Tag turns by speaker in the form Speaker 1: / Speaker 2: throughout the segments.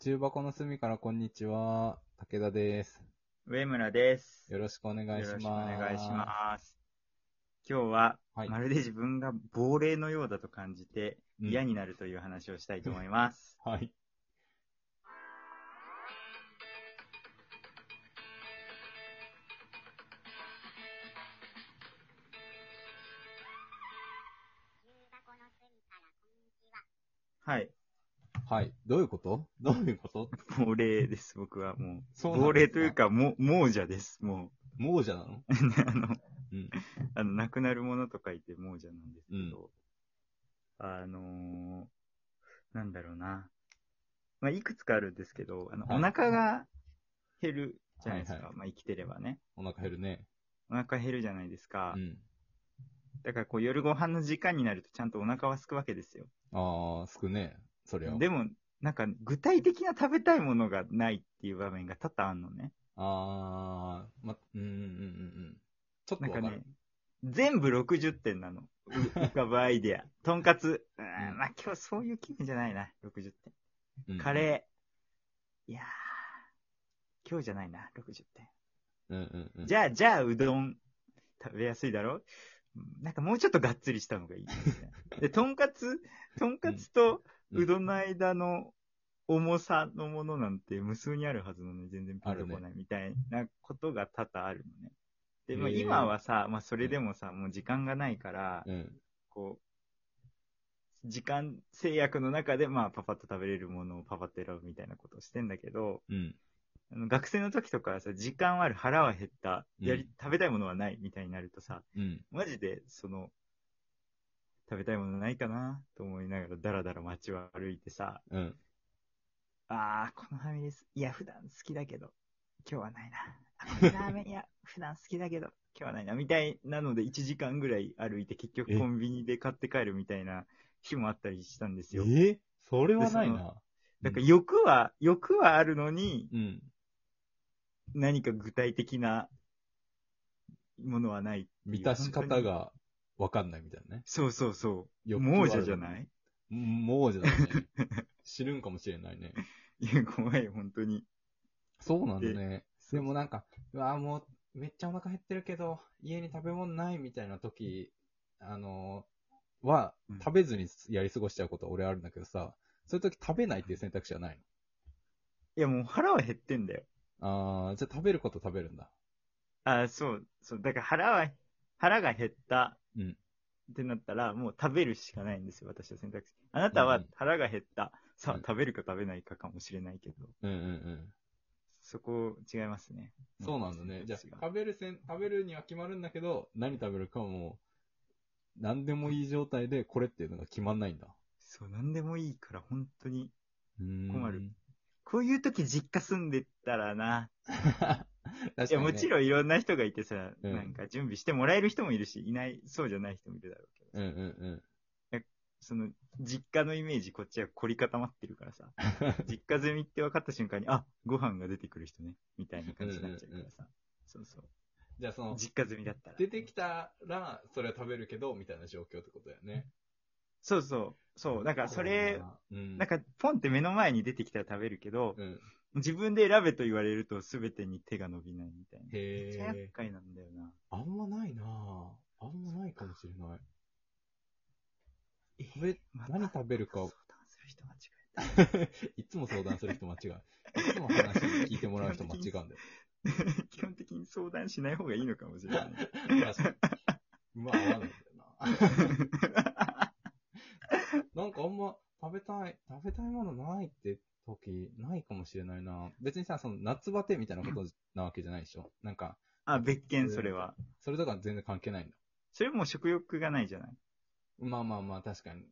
Speaker 1: 中箱の隅からこんにちは。武田です。
Speaker 2: 上村です。
Speaker 1: よろしくお願いします。
Speaker 2: よろしくお願いします。今日は、
Speaker 1: はい
Speaker 2: まるで自分が亡霊のようだと感じて、
Speaker 1: うん
Speaker 2: 嫌になるという話をしたいと思い ます。
Speaker 1: はい。
Speaker 2: はい。
Speaker 1: はい。どういうことどういうこと
Speaker 2: 亡霊です、僕はもう。
Speaker 1: そ
Speaker 2: 亡霊という。か、も亡者です、も
Speaker 1: 亡者なの
Speaker 2: う。 あの、
Speaker 1: うん。
Speaker 2: あの亡くなるものと書いて亡者なんですけど、あのー、なんだろうな。まあ、いくつかあるんですけど、あの、
Speaker 1: はい
Speaker 2: お腹が減るじゃないですか。
Speaker 1: はいは
Speaker 2: まあ、生きてればね。
Speaker 1: お腹減るね。
Speaker 2: お腹減るじゃないですか。
Speaker 1: うん。
Speaker 2: だからこう夜ご飯の時間になるとちゃんとお腹は空くわけですよ。
Speaker 1: あー、すくね。そりゃ。
Speaker 2: でも、なんか具体的な食べたいものがないっていう場面が多々あるのね。
Speaker 1: あー、ま、うんうんうんうん。ちょっと
Speaker 2: なん
Speaker 1: わか
Speaker 2: か
Speaker 1: る。
Speaker 2: ね、全部60点 なの。う浮かぶアイデア。とんかつ。うーん、まあ今日そういう気分じゃないな。60
Speaker 1: うん
Speaker 2: 点。カレー。いやー、今日じゃないな。60点。
Speaker 1: うんうんうん。
Speaker 2: じゃあ、じゃあうどん。食べやすいだろうんなんかもうちょっとがっつりしたのがいいみたいな。で、とんかつ、とんかつと、
Speaker 1: うん
Speaker 2: うどんの間の重さのものなんて無数にあるはずなのに全然ピンとこないみたいなことが多々あるのね。で、まあ、
Speaker 1: へえ
Speaker 2: 今はさ、まあそれでもさ、もう時間がないから、
Speaker 1: うん。
Speaker 2: こう、時間制約の中で、まあパパッと食べれるものをパパッと選ぶみたいなことをしてんだけど、
Speaker 1: うん。
Speaker 2: あの学生の時とかはさ、時間はある、腹は減った、や
Speaker 1: う
Speaker 2: り
Speaker 1: ん、
Speaker 2: 食べたいものはないみたいになるとさ、
Speaker 1: うん。
Speaker 2: マジで、その、食べたいものないかなと思いながら、だらだら街を歩いてさ、
Speaker 1: うん。
Speaker 2: あー、このファミレス、いや、普段好きだけど、今日はないな。あこのラーメン、いや、普段好きだけど、今日はないな。みたいなので、1時間ぐらい歩いて、結
Speaker 1: え
Speaker 2: 局コンビニで買って帰るみたいな日もあったりしたんですよ。
Speaker 1: えそれはないな。
Speaker 2: だから欲は、欲はあるのに、
Speaker 1: うん。
Speaker 2: 何か具体的なものはないっていう
Speaker 1: 満たし
Speaker 2: 本当
Speaker 1: 方
Speaker 2: に
Speaker 1: がわかんないみたいなね。
Speaker 2: そうそうそう。
Speaker 1: 欲はある
Speaker 2: 亡者じゃない
Speaker 1: うんもう じゃないね。知るんかもしれないね。
Speaker 2: いや、怖い、本当に。
Speaker 1: そうなんだね。でもなんか、うわあもう、めっちゃお腹減ってるけど、家に食べ物ないみたいな時、あのーは
Speaker 2: うん、
Speaker 1: 食べずにやり過ごしちゃうことは俺あるんだけどさ、そういう時食べないっていう選択肢はない
Speaker 2: いや、もう腹は減ってんだよ。
Speaker 1: の。あー、じゃあ食べること食べるんだ。
Speaker 2: あーそう、そう。だから腹は、腹が減った。
Speaker 1: うん
Speaker 2: ってなったら、もう食べるしかないんですよ、私は選択肢。あなた
Speaker 1: う
Speaker 2: は
Speaker 1: ん
Speaker 2: 腹が減った。さあ
Speaker 1: うん、
Speaker 2: 食べるか食べないかかもしれないけど、
Speaker 1: うんうんうん。
Speaker 2: そこ違いますね。
Speaker 1: そうなんだね。じゃあ
Speaker 2: 選択肢、が
Speaker 1: 食べるせん、食べるには決まるんだけど、何食べるかはもう、何でもいい状態でこれっていうのが決まんないんだ。
Speaker 2: そう、なんでもいいから、本当に。
Speaker 1: 困
Speaker 2: 困る。こういう時実家住んでたらな。
Speaker 1: 確かに、ね。
Speaker 2: いや、もちろんいろんな人がいてさ、
Speaker 1: うん
Speaker 2: なんか準備してもらえる人もいるし、いない、そうじゃない人もいるだろうけど。
Speaker 1: うんうんうん。
Speaker 2: その、実家のイメージ、こっちは凝り固まってるか らさ。実家住みって分かった瞬間に、あ、ご飯が出てくる人ね、みたいな感じになっちゃうからさ。そうそう。
Speaker 1: じゃあその、
Speaker 2: 実家住みだったら。
Speaker 1: 出てきたら、それは食べるけど、みたいな状況ってことだよね。
Speaker 2: そうそう。そう。なんかそれ、、
Speaker 1: うん。
Speaker 2: なん、かポンって目の前に出てきたら食べるけど、
Speaker 1: うん。
Speaker 2: 自分で選べと言われると全てに手が伸びないみたいな。めっちゃ
Speaker 1: へ
Speaker 2: 厄
Speaker 1: え。
Speaker 2: 介なんだよな。
Speaker 1: あんまないなぁ。あんまないかもしれない。食べ、
Speaker 2: ま
Speaker 1: 何食べるか
Speaker 2: 相談する人間違
Speaker 1: いつも相談する人間違う。いつも話聞いてもらう人間違うんだよ。
Speaker 2: えた。基本的に相談しない方がいいのかもしれない。
Speaker 1: 確かに。まあ、合わないんだよな。なんかあんま食べたい、食べたいものないって時、ないかもしれないな。別にさ、その夏バテみたいなことなわけじゃないでしょ。なんか、
Speaker 2: あ、別件それは。
Speaker 1: それとか全然関係ないんだ。
Speaker 2: それも食欲がないじゃない。
Speaker 1: まあまあまあ、確かに。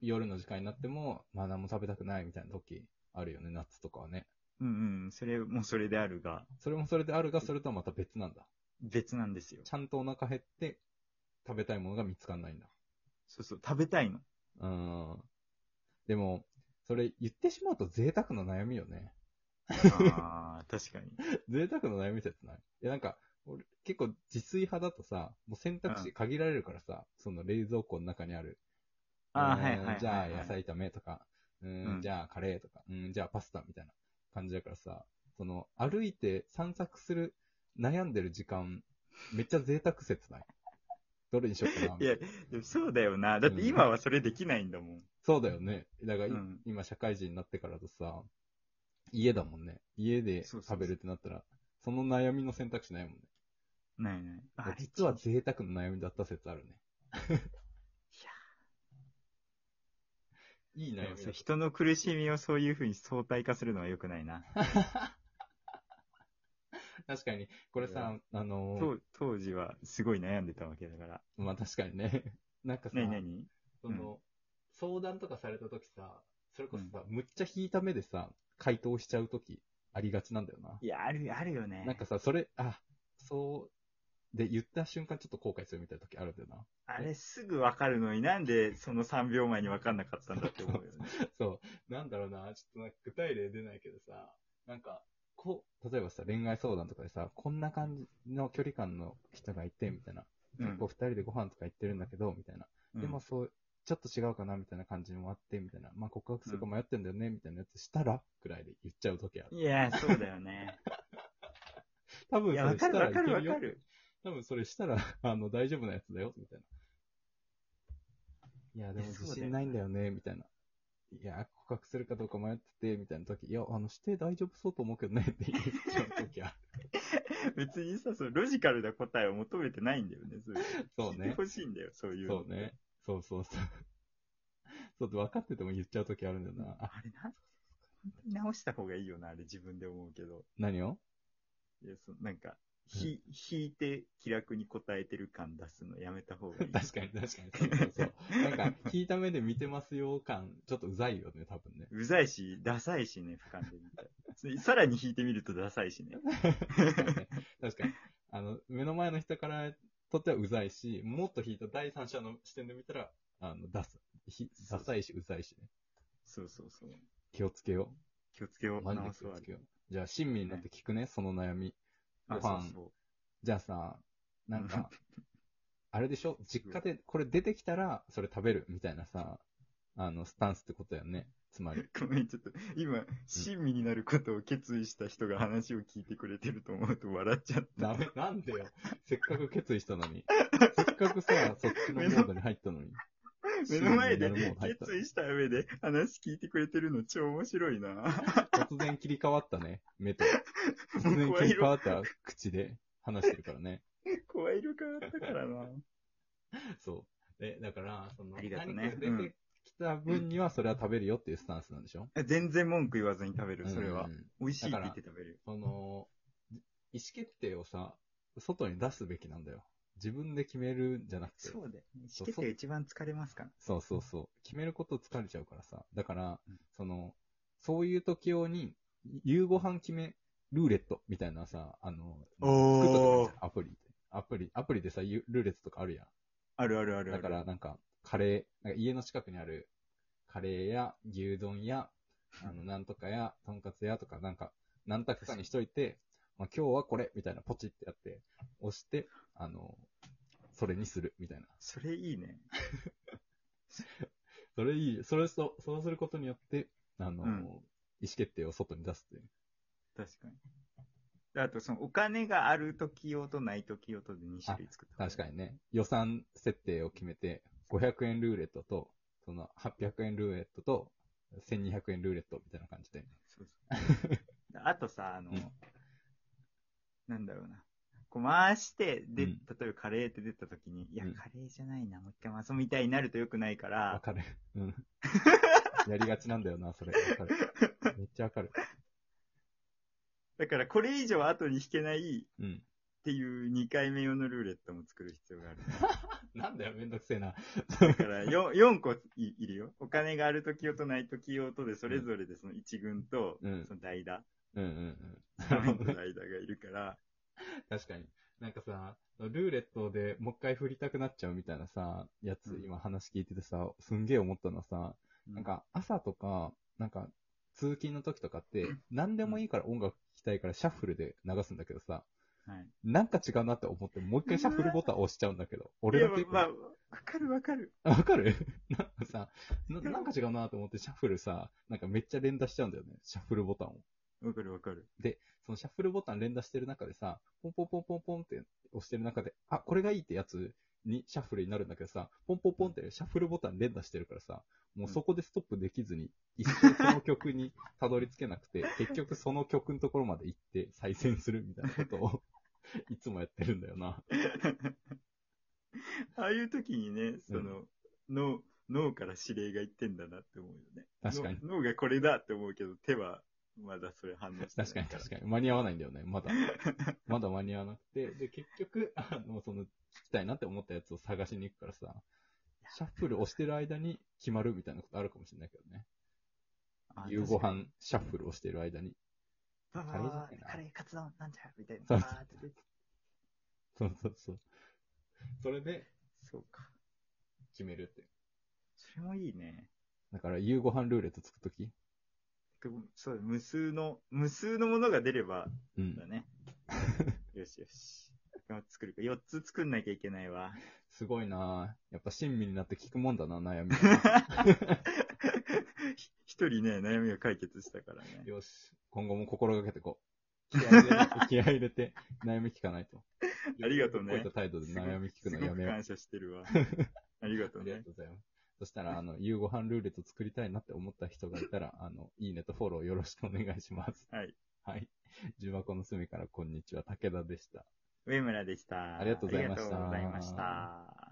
Speaker 1: 夜の時間になっても、まあ何も食べたくないみたいな時あるよね、夏とかはね。
Speaker 2: うんうん。それもそれであるが、
Speaker 1: それもそれであるが、それとはまた別なんだ。
Speaker 2: 別なんですよ。
Speaker 1: ちゃんとお腹減って、食べたいものが見つかんないんだ。
Speaker 2: そうそう、食べ たいの。
Speaker 1: うん。でも、それ言ってしまうと贅沢の悩みよね。
Speaker 2: ああ、確かに。
Speaker 1: 贅沢の悩み説ない。いや、なんか、俺、結構自炊派だとさ、もう選択肢限 られるからさ、その冷蔵庫の中にある。
Speaker 2: ああ、
Speaker 1: えー
Speaker 2: はいはいはいはい。
Speaker 1: じゃあ野菜炒めとか、うん、
Speaker 2: うん
Speaker 1: じゃあカレーとか、うん、じゃあパスタみたいな感じだからさ、その、歩いて散策する、悩んでる時間、めっちゃ贅沢説ない。どれにしようかな。
Speaker 2: いや、でもそうだよな。だって今はそれできないんだもん。
Speaker 1: そうだよね。だからい、
Speaker 2: うん
Speaker 1: 今社会人になってからとさ、家だもんね。家で
Speaker 2: そうそうそう
Speaker 1: 食べるってなったら、その悩みの選択肢ないもんね。
Speaker 2: ないない。あれ
Speaker 1: 実は贅沢な悩みだった説あ るね。いい
Speaker 2: で
Speaker 1: 悩
Speaker 2: も
Speaker 1: み
Speaker 2: さ
Speaker 1: だっ
Speaker 2: 人の苦しみをそういうふうに相対化するのは良くないな。
Speaker 1: た。確かに、これさ、あのー
Speaker 2: 当当時はすごい悩んでたわけだから。
Speaker 1: まあ確かにね。 なんかさ、
Speaker 2: 何何
Speaker 1: その、相談とかされた時さ、それこそさ、むっちゃ引いた目でさ、回答しちゃう時ありがちなんだよな。
Speaker 2: いや、ある、あるよね。
Speaker 1: なんかさ、それ、あ、そう、で、言った瞬間ちょっと後悔するみたいな時あるんだよな。
Speaker 2: あれすぐ分かるのになんでその3秒前に分かんなかったんだって思うよね。
Speaker 1: そう、なんだろうな、ちょっとなんか具体例出ないけどさ、なんか、こう、例えばさ、恋愛相談とかでさ、こんな感じの距離感の人がいて、みたいな。
Speaker 2: うん
Speaker 1: 結構二人でご飯とか行ってるんだけど、みたいな。でもそう、ちょっと違うかな、みたいな感じもあって、みたいな。まあ告白するか迷ってんだよね、みたいなやつしたら、ぐらいで言っちゃう時あ
Speaker 2: う
Speaker 1: る。
Speaker 2: んいや、そうだよね。
Speaker 1: 多分
Speaker 2: い
Speaker 1: それ
Speaker 2: や、分か
Speaker 1: し
Speaker 2: る
Speaker 1: たら
Speaker 2: 分
Speaker 1: い
Speaker 2: か
Speaker 1: け
Speaker 2: る
Speaker 1: る
Speaker 2: 分
Speaker 1: よ
Speaker 2: か。る。
Speaker 1: 多分それしたら、 あの、大丈夫なやつだよ、みたいな。いや、でも
Speaker 2: いやそうだよ
Speaker 1: 自信ないんだよね、みたいな。いや、告白するかどうか迷ってて、みたいな時、いや、あの、して大丈夫そうと思うけどね、って言っちゃう時 あ
Speaker 2: 別にさ、そのロジカルな答えを求めてないんだよね。そういう
Speaker 1: る。そう
Speaker 2: 聞いて
Speaker 1: ね。
Speaker 2: ほしいんだよ、そういうの
Speaker 1: そうね。。そうそうそう。そう分かってても言っちゃう時あるんだよな。あ、
Speaker 2: あれな、本当に直した方がいいよな、あれ自分で思うけど。
Speaker 1: 何を
Speaker 2: いや、そのなんか、ひ、引いて気楽に答えてる感出すのやめた方がい い。
Speaker 1: 確かに確かに。そうそうそう。なんか、聞いた目で見てますよ感、ちょっとうざいよね、多分ね。
Speaker 2: うざいし、ダサいしね、俯瞰で見たらつい。さらに引い てみるとダサいしね。
Speaker 1: 確かにね。確かに。あの、目の前の人からとってはうざいし、もっと引いた第三者の視点で見たら、あの、出す。ひダサいし、うざいしね。
Speaker 2: そうそうそう。
Speaker 1: 気をつけよ
Speaker 2: 気をつけよ
Speaker 1: う。
Speaker 2: う、
Speaker 1: マジで
Speaker 2: 直
Speaker 1: 気
Speaker 2: す
Speaker 1: を
Speaker 2: わ
Speaker 1: つ。けよう。じゃあ、親身になって聞くね、その悩み。
Speaker 2: あ
Speaker 1: ご飯
Speaker 2: そうそう
Speaker 1: じゃあさ、なん か、あれでしょ実家でこれ出てきたら、それ食べるみたいなさ、あの、スタンスってことやね。つ まり。
Speaker 2: ごめん、ちょっと、今、親身になることを決意した人が話を聞いてくれてると思うと笑っちゃった。
Speaker 1: ダメ、なんでよ。せっかく決意した のに。せっかくさ、そっちのモードに入ったのに。
Speaker 2: 目の前で
Speaker 1: 親身になるモード入った
Speaker 2: 決意した上で話聞いてくれてるの超面白いな。
Speaker 1: 突然切り替わったね、目と。突然切り替わった口で話してるからね。
Speaker 2: 声色変わったからな。
Speaker 1: そう。え、だから、その、
Speaker 2: ありがと
Speaker 1: 何か
Speaker 2: うね
Speaker 1: 出てきた分にはそれは食べるよっていうスタンスなんでしょ
Speaker 2: 全然文句言わずに食べる、それは。
Speaker 1: うんうん
Speaker 2: 美味しいって言って食べるよ。
Speaker 1: その、意思決定をさ、外に出すべきなんだよ。自分で決めるんじゃなくて。
Speaker 2: そうだよね。意
Speaker 1: そう
Speaker 2: 思決定が一番疲れますから。
Speaker 1: そうそうそう。決めること疲れちゃうからさ。だから
Speaker 2: うん、
Speaker 1: その、そういう時用に、夕ご飯決め、ルーレットみたいなさ、あの、
Speaker 2: おー
Speaker 1: 作っとくじゃんアプリで。アプリ、アプリでさ、ゆルーレットとかあるや
Speaker 2: あるあるあ
Speaker 1: ん。
Speaker 2: る
Speaker 1: だ
Speaker 2: ある。
Speaker 1: からなんか、カレー、なんか家の近くにある、カレーや牛丼や、あ の、なんとかや、とんかつやとか、なんか、何択かにしといて、まあ、今日はこれみたいな、ポチってやって、押して、あの、それにする、みたいな。
Speaker 2: それいいね。
Speaker 1: それいい。それそう、そうすることによって、あの、
Speaker 2: うん
Speaker 1: 意思決定を外に出すっていう。
Speaker 2: 確かに。であと、その、お金がある時用とない時用とで2種類作った。
Speaker 1: 確か
Speaker 2: に。
Speaker 1: にね。予算設定を決めて、500円ルーレットと、その800円ルーレットと、1200円ルーレットみたいな感じで。
Speaker 2: そうそう。 あとさ、あの、
Speaker 1: うん
Speaker 2: なんだろうな。こう回して、で、
Speaker 1: うん
Speaker 2: 例えばカレーって出た時に、いや
Speaker 1: うん、
Speaker 2: カレーじゃないな、もう一回回そうみたいになると良くないか
Speaker 1: わ
Speaker 2: ら、
Speaker 1: かる。 うん。やりがちなんだよな、それ。わかる。めっちゃわかる。
Speaker 2: だからこれ以上後に引けないっ
Speaker 1: うん。
Speaker 2: ていう2回目用のルーレットも作る必要が ある。
Speaker 1: なんだよ、めんどくせえな。
Speaker 2: だからよ 4, 個いいるよ。お金がある時用とない時用とで、それぞれでその1軍と、
Speaker 1: うん
Speaker 2: その 代打、
Speaker 1: うんうんうん。
Speaker 2: スタメンと代打がいるから、
Speaker 1: 確かに。なんかさ、ルーレットでもう一回振りたくなっちゃうみたいなさ、やつ、
Speaker 2: うん
Speaker 1: 今話聞いててさ、すんげえ思ったのはさ、なんか朝とか、なんか通勤の時とかって、何でもいいから音楽聴きたいからシャッフルで流すんだけどさ、
Speaker 2: はい。
Speaker 1: なんか違うなって思って、もう一回シャッフルボタン押しちゃうんだけど、俺だけ。
Speaker 2: いやまあ、まあわかるわかる。
Speaker 1: あわかる なんかさな、なんか違うなと思ってシャッフルさ、なんかめっちゃ連打しちゃうんだよね。シャッフルボタンを。
Speaker 2: わかるわかる。
Speaker 1: そのシャッフルボタン連打してる中でさ、ポンポンポンポンポンって押してる中で、あ、これがいいってやつにシャッフルになるんだけどさ、ポンポンポンってシャッフルボタン連打してるからさ、もうそこでストップできずに、一生その曲にたどり着けなくて、結局その曲のところまで行って再戦するみたいなことを、 いつもやってるんだよな。
Speaker 2: ああいう時にね、その、脳、脳から指令がいってんだなって思うよね。
Speaker 1: 確かに
Speaker 2: 脳脳がこれだって思うけど、手はまだそれ反応してない
Speaker 1: 確
Speaker 2: か。
Speaker 1: からに確かに。間に合わないんだよね、ま だ。まだ間に合わなくて。で、結局、あの、その、聞きたいなって思ったやつを探しに行くからさ、シャッフル押してる間に決まるみたいなことあるかもしれないけどね。
Speaker 2: あ
Speaker 1: 夕ご。飯シャッフルをしてる間に。
Speaker 2: 確
Speaker 1: カ
Speaker 2: か
Speaker 1: レーじゃなき
Speaker 2: にわー
Speaker 1: ゃな
Speaker 2: カレー、カツ丼、なんちゃらみたい
Speaker 1: そ
Speaker 2: な。
Speaker 1: う
Speaker 2: あ
Speaker 1: そう
Speaker 2: ーって出て
Speaker 1: そうそうそう。それで
Speaker 2: そうか。
Speaker 1: 決めるって。
Speaker 2: それもいいね。
Speaker 1: だから夕ご飯ルーレットつくとき
Speaker 2: でもそう、無数の、無数のものが出れば、
Speaker 1: うん
Speaker 2: だ。ね。 よしよし。頑張って作るか。4つ作んなきゃいけないわ。
Speaker 1: すごいなぁやっぱ親身になって聞くもんだな、悩 み。
Speaker 2: ひ一人ね、悩みが解決したからね。
Speaker 1: よし。今後も心がけてこう。気合い入れて、気合い入れて、悩み聞かないと。
Speaker 2: ありがとうね
Speaker 1: こういった態度で悩み聞くのやめよう
Speaker 2: すごく。感謝し てるわ。ありがと
Speaker 1: あ
Speaker 2: う
Speaker 1: りがとう
Speaker 2: ね。
Speaker 1: ございます。そしたら、あの、夕ご飯ルーレット作りたいなって思った人がいたら、あの、いいねとフォローよろしくお願いします。
Speaker 2: はい。
Speaker 1: はい。重箱の隅からこんにちは、武田でした。
Speaker 2: 上村でした。
Speaker 1: ありがとうございました
Speaker 2: ありがとうございました。